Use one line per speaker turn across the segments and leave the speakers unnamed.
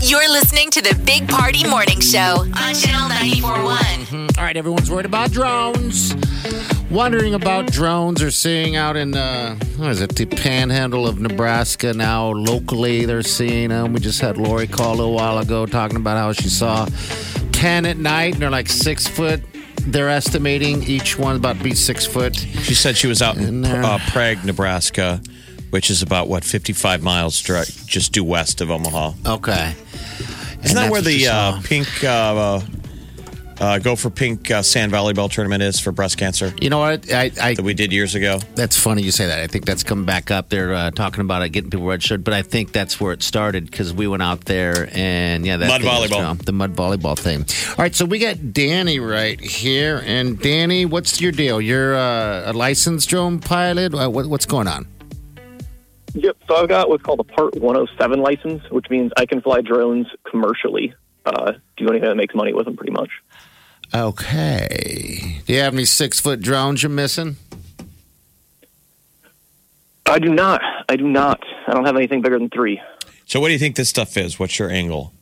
You're listening to the Big Party Morning Show on Channel 941.
All right, everyone's worried about drones. Wondering about drones or seeing out in uh, what is it the panhandle of Nebraska now locally they're seeing them. We just had Lori call a while ago talking about how she saw ten at night and they're like six foot. They're estimating each one about to be six foot.
She said she was out in
And, uh,
uh, Prague, Nebraska, which is about what 55 miles direct, just due west of Omaha.
Okay,
Isn't that where the uh,
uh,
pink uh, uh, uh, go for pink uh, sand volleyball tournament is for breast cancer
you know what I, I
that we did years ago?
That's funny you say that. I think that's coming back up. They're uh, talking about it, getting people registered, but I think that's where it started because we went out there and yeah, that
Mud
thing was
volleyball.
drawn, the mud volleyball thing. All right, so we got Danny right here, and Danny, what's your deal? You're uh, a licensed drone pilot. Uh, what, what's going on?
Yep. So I've got what's called a Part 107 license, which means I can fly drones commercially. Uh, do anything that makes money with them, pretty much.
Okay. Do you have any six foot drones you're missing?
I do not. I do not. I don't have anything bigger than three.
So, what do you think this stuff is? What's your angle?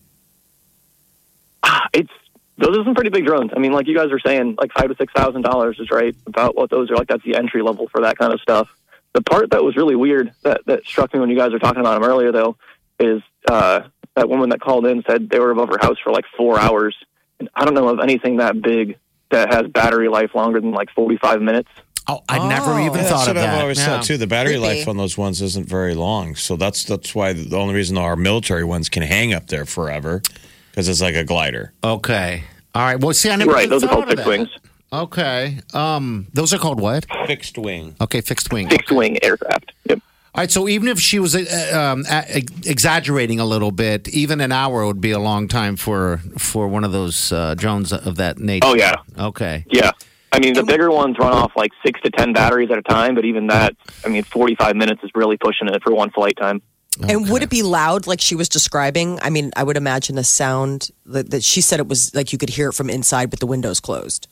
Ah, It's those are some pretty big drones. I mean, like you guys are saying, like five to six thousand dollars is right about what those are. Like that's the entry level for that kind of stuff. The part that was really weird that that struck me when you guys were talking about them earlier, though, is uh, that woman that called in said they were above her house for like four hours, and I don't know of anything that big that has battery life longer than like forty five minutes.
Oh, I never even
Yeah,
thought
that's
of
what
that.
I've always
Yeah.
thought too. The battery
Creepy.
life on those ones isn't very long, so that's that's why the only reason our military ones can hang up there forever because it's like a glider.
Okay. All right. Well, see, I never
right.
even
Those are
thought
called
of
fixed
that.
wings.
Okay. Um, those are called what?
Fixed wing.
Okay, fixed wing.
Fixed wing aircraft. Yep.
All right, so even if she was uh, um, a- exaggerating a little bit, even an hour would be a long time for for one of those uh, drones of that nature.
Oh yeah.
Okay.
Yeah. I mean, the bigger ones run off like six to ten batteries at a time, but even that, I mean, forty-five minutes is really pushing it for one flight time.
And would it be loud like she was describing? I mean, I would imagine a sound that, that she said it was like you could hear it from inside with the windows closed.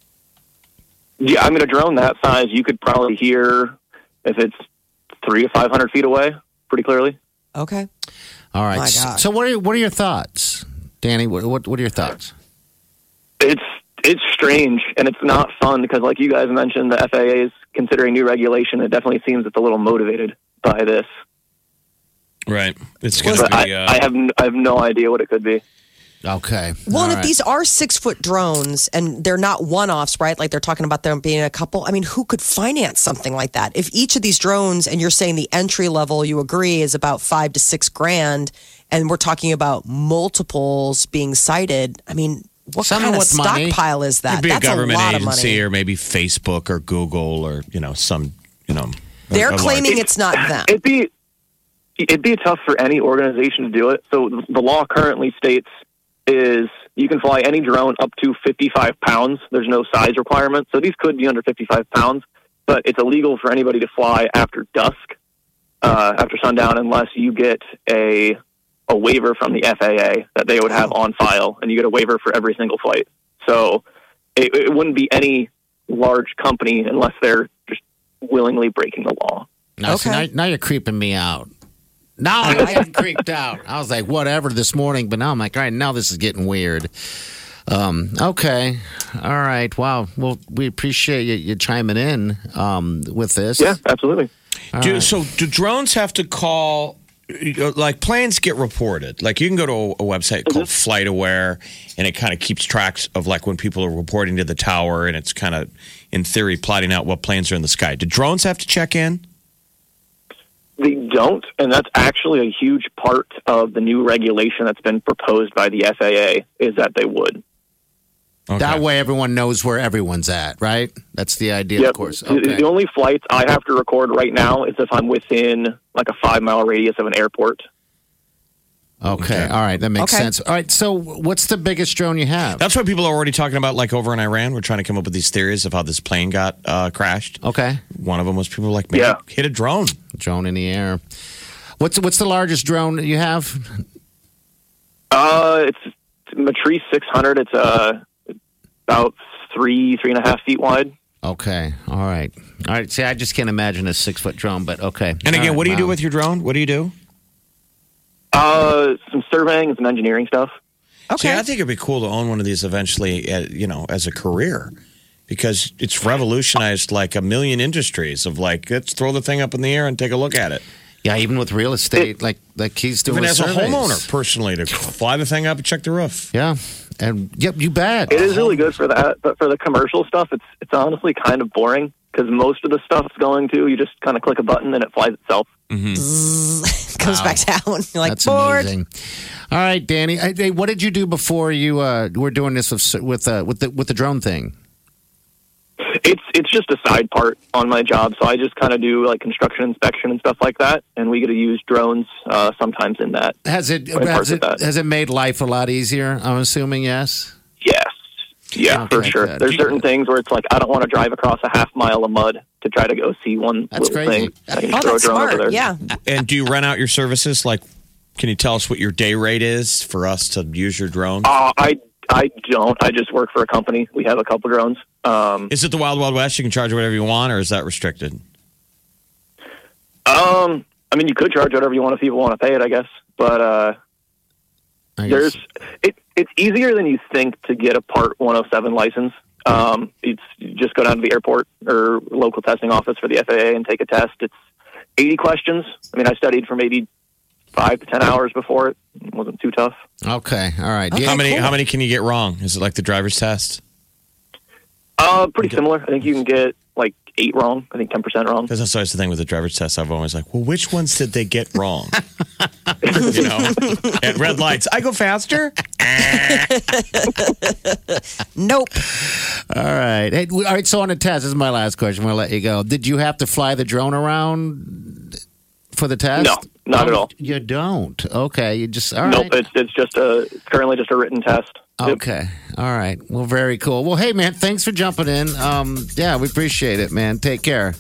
Yeah, I mean, a drone that size, you could probably hear if it's three to five hundred feet away, pretty clearly.
Okay.
All right.
My
so,
God.
so what are what are your thoughts, Danny? What what, what are your thoughts?
It's it's strange and it's not fun because, like you guys mentioned, the FAA is considering new regulation. It definitely seems it's a little motivated by this,
Right. It's going to
but I,
be.
I
Uh,
have n- I have no idea what it could be.
Okay.
Well,
All
and if
right.
these are six foot drones and they're not one offs, right? Like they're talking about them being a couple. I mean, who could finance something like that? If each of these drones, and you're saying the entry level, you agree, is about five to six grand, and we're talking about multiples being cited, I mean, what
Someone
kind of
with money.
stockpile is that?
It'd be
That's
a government
lot of
agency
money.
or maybe Facebook or Google or you know some you know. a-
They're
a large-
claiming it's not them.
It'd be it'd be tough for any organization to do it. So th- the law currently states is you can fly any drone up to 55 pounds. There's no size requirement. So these could be under 55 pounds, but it's illegal for anybody to fly after dusk, uh, after sundown, unless you get a a waiver from the FAA that they would have on file, and you get a waiver for every single flight. So it, it wouldn't be any large company unless they're just willingly breaking the law.
Now, see,
Okay.
now, now you're creeping me out. Now I am creeped out. I was like, whatever this morning, but now I'm like, all right, now this is getting weird. Um, okay. All right. Wow. Well, we appreciate you, you chiming in um, with this.
Yeah, absolutely.
Do, So do drones have to call? Like planes get reported. Like you can go to a, a website
Mm-hmm.
called Flight Aware, and it kind of keeps tracks of like when people are reporting to the tower, and it's kind of in theory plotting out what planes are in the sky. Do drones have to check in?
They don't, and that's actually a huge part of the new regulation that's been proposed by the FAA is that they would.
Okay.
That way, everyone knows where everyone's at, right? That's the idea, of course.
The-
Okay.
The only flights I have to record right now is if I'm within like a five mile radius of an airport.
Okay. All right. That makes
Okay.
sense. All right. So, what's the biggest drone you have?
That's what people are already talking about, like over in Iran. We're trying to come up with these theories of how this plane got uh, crashed.
Okay.
One of them was people were like, man,
Yeah.
hit a drone.
Drone in the air. What's what's the largest drone you have?
Uh, it's Matrice 600. It's uh, about three, three and a half feet wide.
Okay. All right. All right. See, I just can't imagine a six foot drone, but okay.
And again, what do you do with your drone? What do you do?
Uh, some surveying and some engineering stuff.
See,
Okay.
I think it'd be cool to own one of these eventually, uh, you know, as a career because it's revolutionized like a million industries of like, let's throw the thing up in the air and take a look at it.
Yeah, even with real estate, like like he's doing.
Even
with
as a
surveys.
homeowner, personally, to fly the thing up and check the roof.
Yeah. And yep, you bet.
It is really good for that, but for the commercial stuff, it's it's honestly kind of boring because most of the stuff it's going to, you just kind of click a button and it flies itself.
Comes back down. You're like,
That's
bored.
amazing. All right, Danny. I, hey, what did you do before you uh, were doing this with with uh, with the with the drone thing?
It's it's just a side part on my job, so I just kind of do like construction inspection and stuff like that, and we get to use drones uh, sometimes in that.
Has it
Right,
has
parts of
it,
that.
has it made life a lot easier? I'm assuming yes.
Yes. Yeah,
Okay,
for sure.
good.
There's certain things where it's like I don't want to drive across a half mile of mud to try to go see one
That's
little
crazy.
thing. I can
Oh,
just throw a
that's
drone over there.
smart. Yeah.
And do you rent out your services? Like, can you tell us what your day rate is for us to use your drone?
Uh, I I don't. I just work for a company. We have a couple drones. Um,
Is it the Wild Wild West? You can charge whatever you want, or is that restricted?
um, I mean, you could charge whatever you want if people want to pay it, I guess. But uh,
I
there's it, it's easier than you think to get a Part 107 license. Um, it's you just go down to the airport or local testing office for the FAA and take a test. It's 80 questions. I mean, I studied for maybe five to ten hours before it. It wasn't too tough.
okay. All right.
Okay.
How
Yeah.
many?
cool.
How many can you get wrong? Is it like the driver's test?
Uh, pretty similar. I think you can get like eight wrong. I think 10% wrong.
Because that's always the thing with the driver's test. I've always like, well, which ones did they get wrong? you know, at red lights, I go faster.
Nope.
All right. Hey, w- all right. So on a test, this is my last question. We'll let you go. Did you have to fly the drone around for the test?
No, not at all.
You don't. Okay. You just all right. Oh,
Nope, it's, it's just a it's currently just a written test.
Okay. All right. Well, very cool. Well, hey, man, thanks for jumping in. Um, yeah, we appreciate it, man. Take care.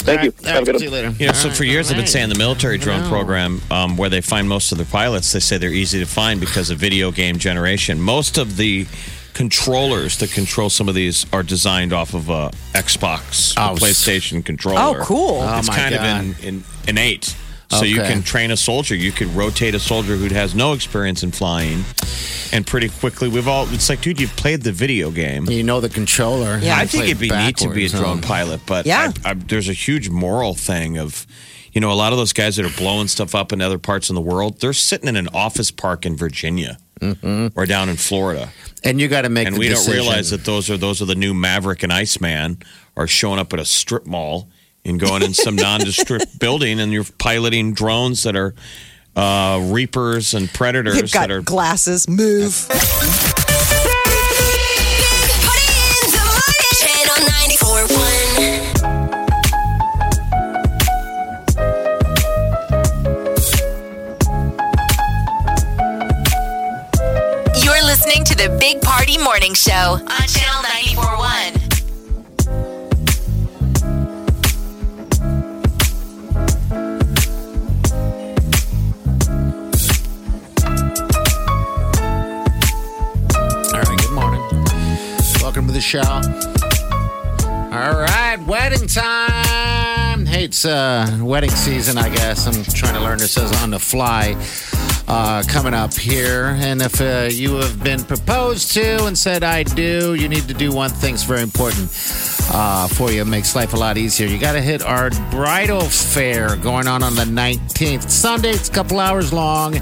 Thank you.
All
Have a
right,
good
see you
one.
later.
You know, so for years I've been saying the military drone
know.
program, um, where they find most of their pilots, they say they're easy to find because of video game generation. Most of the controllers that control some of these are designed off of a Xbox
Oh,
or
s-
PlayStation
Oh,
controller.
cool.
Oh,
it's
my
kind
God.
of in, in, innate. So you
Okay.
can train a soldier. You could rotate a soldier who has no experience in flying, and pretty quickly we've all. It's like, dude, you've played the video game.
You know the controller.
Yeah,
I
You
think
play
it'd be neat to be a
backwards,
drone
huh?
pilot, but
Yeah.
I, I, there's a huge moral thing of, you know, a lot of those guys that are blowing stuff up in other parts of the world, they're sitting in an office park in Virginia
Mm-hmm.
or down in Florida,
And you got to make
and
the
we
decision.
don't realize that those are those are the new Maverick and Iceman are showing up at a strip mall and going in some nondescript building, and you're piloting drones that are uh, reapers and
You've
predators
got
that are
glasses. Move.
Party in the morning. Channel 94.1. You're listening to the Big Party Morning Show on Channel 94.1.
All right, good morning. Welcome to the show. All right, wedding time. Hey, it's uh, wedding season, I guess. I'm trying to learn this as on the fly. Uh, coming up here, and if uh, you have been proposed to and said I do, you need to do one thing that's very important uh, for you. It makes life a lot easier. You got to hit our bridal fair going on on the 19th. Sunday, it's a couple hours long.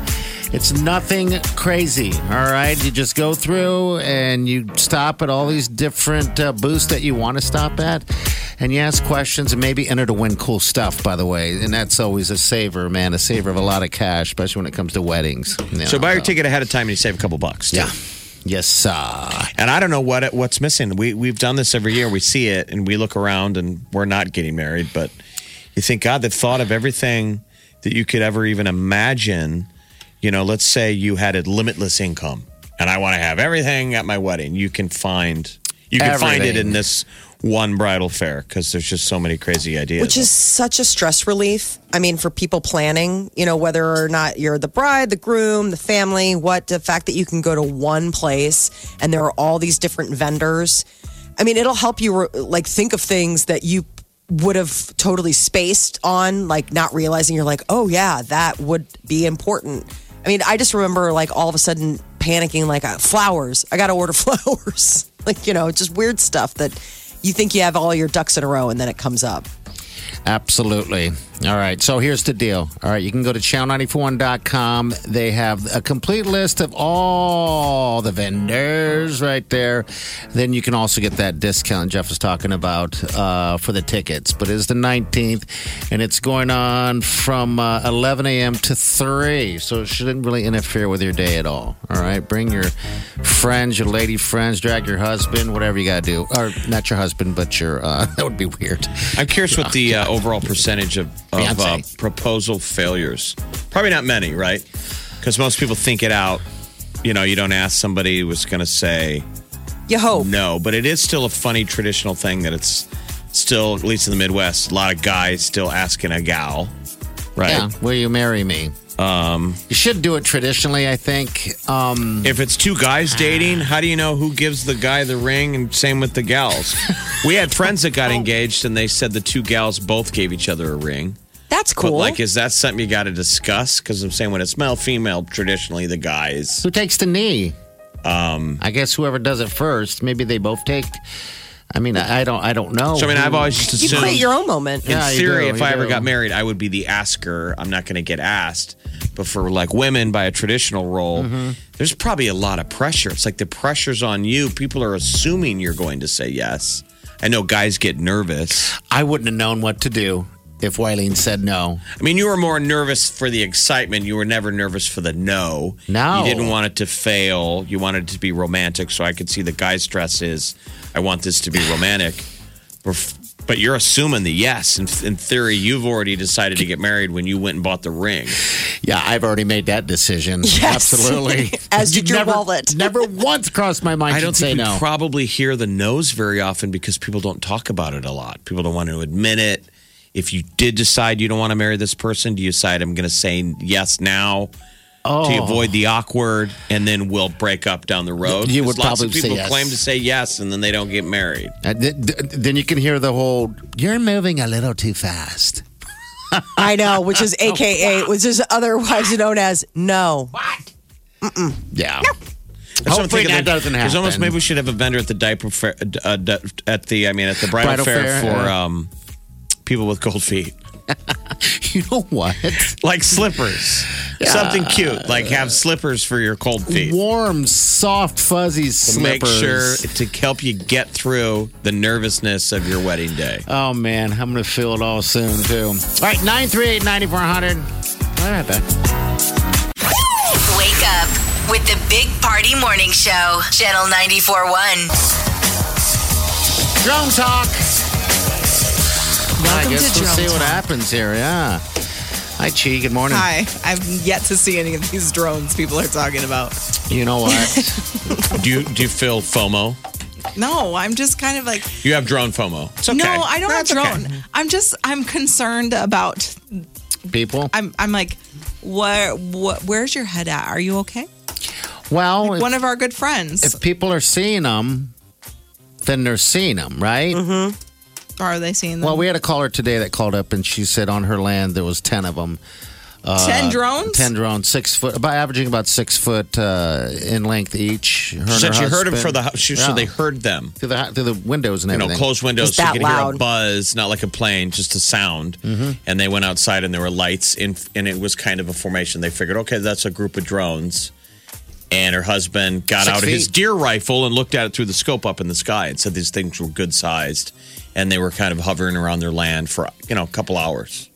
It's nothing crazy, all right? You just go through and you stop at all these different uh, booths that you want to stop at, and you ask questions and maybe enter to win cool stuff, by the way. And that's always a saver, man, a saver of a lot of cash, especially when it comes to weddings. you know,
so buy your ticket ahead of time and you save a couple bucks. too.
Uh-huh. Yeah. Yes, sir.
And I don't know what what's missing. We we've done this every year. We see it and we look around and we're not getting married, but you think God that thought of everything that you could ever even imagine. You You know, let's say you had a limitless income and I want to have everything at my wedding. You can find you can find it
Everything.
in this one bridal fair because there's just so many crazy ideas.
Which is such a stress relief. I mean, for people planning, you know, whether or not you're the bride, the groom, the family, what the fact that you can go to one place and there are all these different vendors. I mean, it'll help you re- like think of things that you would have totally spaced on, like not realizing you're like, oh yeah, that would be important. I mean, I just remember like all of a sudden panicking, like uh, flowers. I got to order flowers, like you know, just weird stuff that you think you have all your ducks in a row, and then it comes up.
Absolutely. All right. So here's the deal. All right. You can go to channel941.com. They have a complete list of all the vendors right there. Then you can also get that discount Jeff was talking about uh, for the tickets. But it's the 19th, and it's going on from uh, 11 a.m. to 3. So it shouldn't really interfere with your day at all. All right. Bring your friends, your lady friends, drag your husband, whatever you got to do. Or not your husband, but your, uh, that would be weird.
I'm curious what the uh, overall percentage of, of uh,
Fiancé.
proposal failures. Probably not many, right? Because most people think it out. You know, you don't ask somebody who's going to say
You hope.
no, but it is still a funny traditional thing that it's still, at least in the Midwest, a lot of guys still asking a gal, right?
Yeah, will you marry me?
Um,
You should do it traditionally, I think. Um,
If it's two guys dating, how do you know who gives the guy the ring? And same with the gals. we had friends that got engaged and they said the two gals both gave each other a ring.
That's cool.
But like, is that something you got to discuss? Because I'm saying when it's male female, traditionally the guys.
who takes the knee? Um, I guess whoever does it first. Maybe they both take. I mean, I I don't. I don't know.
So I mean, I've always just
you
assumed.
create your own moment.
in
Yeah, you
theory,
do,
if
you
I ever
do.
got married, I would be the asker. I'm not going to get asked. But for like women by a traditional role,
Mm-hmm.
there's probably a lot of pressure. It's like the pressure's on you. People are assuming you're going to say yes. I know guys get nervous.
I wouldn't have known what to do if Wileen said no.
I mean, you were more nervous for the excitement. You were never nervous for the no.
No.
You didn't want it to fail. You wanted it to be romantic. So I could see the guy's stress is, I want this to be romantic. Bef- But you're assuming the yes. In, in theory, you've already decided to get married when you went and bought the ring.
Yeah, I've already made that decision.
Yes.
Absolutely.
As did your
never,
wallet.
never once crossed my mind.
I don't
to say
think we
no.
probably hear the no's very often because people don't talk about it a lot. People don't want to admit it. If you did decide you don't want to marry this person, do you decide I'm going to say yes now
Oh.
to avoid the awkward, and then we'll break up down the road?
You would
'Cause lots of
probably say
people
yes.
claim to say yes, and then they don't get married.
Uh, th- th- then you can hear the whole. You're moving a little too fast.
I know, which is
Oh,
AKA, which is otherwise known as no.
Yeah.
That's what I'm
Hopefully
thinking.
that
There's-
doesn't
There's almost
happen.
maybe we should have a vendor at the diaper fair, uh, d- at the I mean at the bridal,
Bridal fair,
fair, for
yeah.
um, people with cold feet.
You know what?
Like slippers, something cute. Like have slippers for your cold feet.
warm, soft, fuzzy
to
slippers.
make sure to help you get through the nervousness of your wedding day.
Oh man, I'm gonna feel it all soon too. All right, nine three eight ninety four hundred. All right, back.
Wake up with the Big Party Morning Show, Channel 941.
Drone talk. I
Welcome
guess
to
we'll see
Drone
what
Talk.
happens here. Yeah. Hi, Chi. Good morning.
Hi, I've yet to see any of these drones people are talking about.
You know what?
Do you do you feel FOMO?
No, I'm just kind of like,
You have drone FOMO. It's okay.
no, I don't
That's
have drone.
okay.
I'm just, I'm concerned about.
People.
I'm, I'm like, where, what, where's your head at? Are you okay?
well, if,
One of our good friends.
if people are seeing them, then they're seeing them, right?
Mm-hmm. are they seeing them?
Well, we had a caller today that called up, and she said on her land there was ten of them.
ten drones.
Ten drones, six foot, by averaging about six foot uh, in length each. Her and
She
her
said she heard them
husband.
for the house, so
Yeah.
they heard them.
through the through the windows and
You know,
everything.
closed windows,
Just
so you
that
could hear a
loud.
buzz, not like a plane, just a sound.
Mm-hmm.
And they went outside, and there were lights, in, and it was kind of a formation. They figured, okay, that's a group of drones. And her husband got
Six
out his
feet.
deer rifle and looked at it through the scope up in the sky, and said these things were good sized, and they were kind of hovering around their land for you know a couple hours.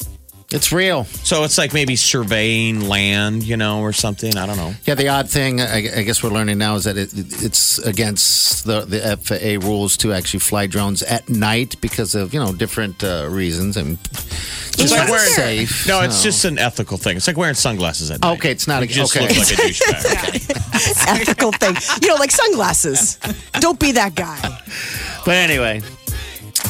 It's real.
So it's like maybe surveying land, you know, or something. I don't know.
Yeah, the odd thing I, I guess we're learning now is that it, it's against the, the FAA rules to actually fly drones at night because of you know different uh, reasons and just
like
not
wearing-
safe.
No, it's just an ethical thing. It's like wearing sunglasses at night.
okay. It's not a,
You just
okay.
look like a douchebag.
ethical thing. You know, like sunglasses. Don't be that guy.
but anyway,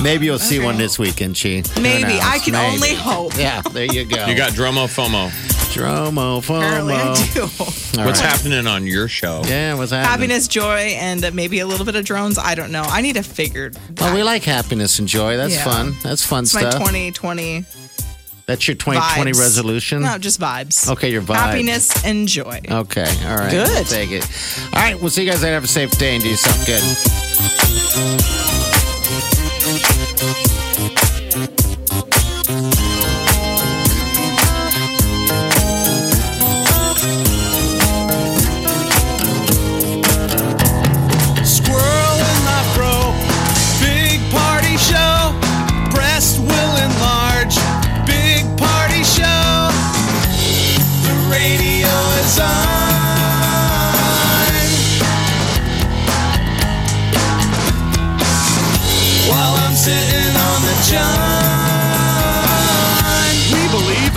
maybe you'll see one this weekend, Chi. Who
Maybe.
knows?
I can
Maybe.
only hope.
Yeah, there you go.
You got Dromo FOMO.
Dromo,
Apparently, I
FOMO.
do.
All
What's
right.
happening on your show?
Yeah, what's happening?
Happiness, joy, and uh, maybe a little bit of drones. I don't know. I need to figure.
Oh, we like happiness and joy. That's
Yeah.
fun. That's fun
It's my
stuff.
2020
That's your 2020
vibes.
resolution.
No, just vibes.
Okay, your vibe.
Happiness and joy.
Okay. All right.
Good.
We'll take it. All right. We'll see you guys later. Have a safe day and do yourself good.
Squirrel in my fro. Big party show. Breast will enlarge. Big party show. The radio is on. While I'm sitting on the john. We believe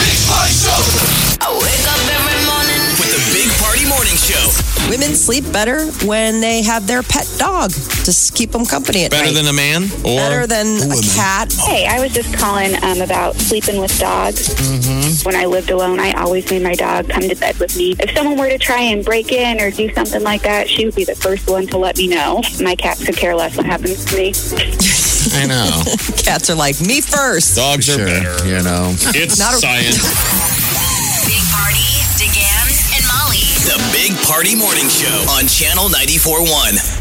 Big party show.
I wake up every morning.
With the Big Party Morning Show.
Women sleep better when they have their pet dog to s- keep them company at
Better
night.
than a man? Or
better than a cat.
Hey, I was just calling um, about sleeping with dogs. When I lived alone, I always made my dog come to bed with me. If someone were to try and break in or do something like that, she would be the first one to let me know. My cats could care less what happens to me.
I know.
Cats are like me first.
dogs
sure.
are better.
You know.
It's
Not a-
science.
Big Party, DeGan, and Molly.
The Big Party Morning Show on Channel 94.1.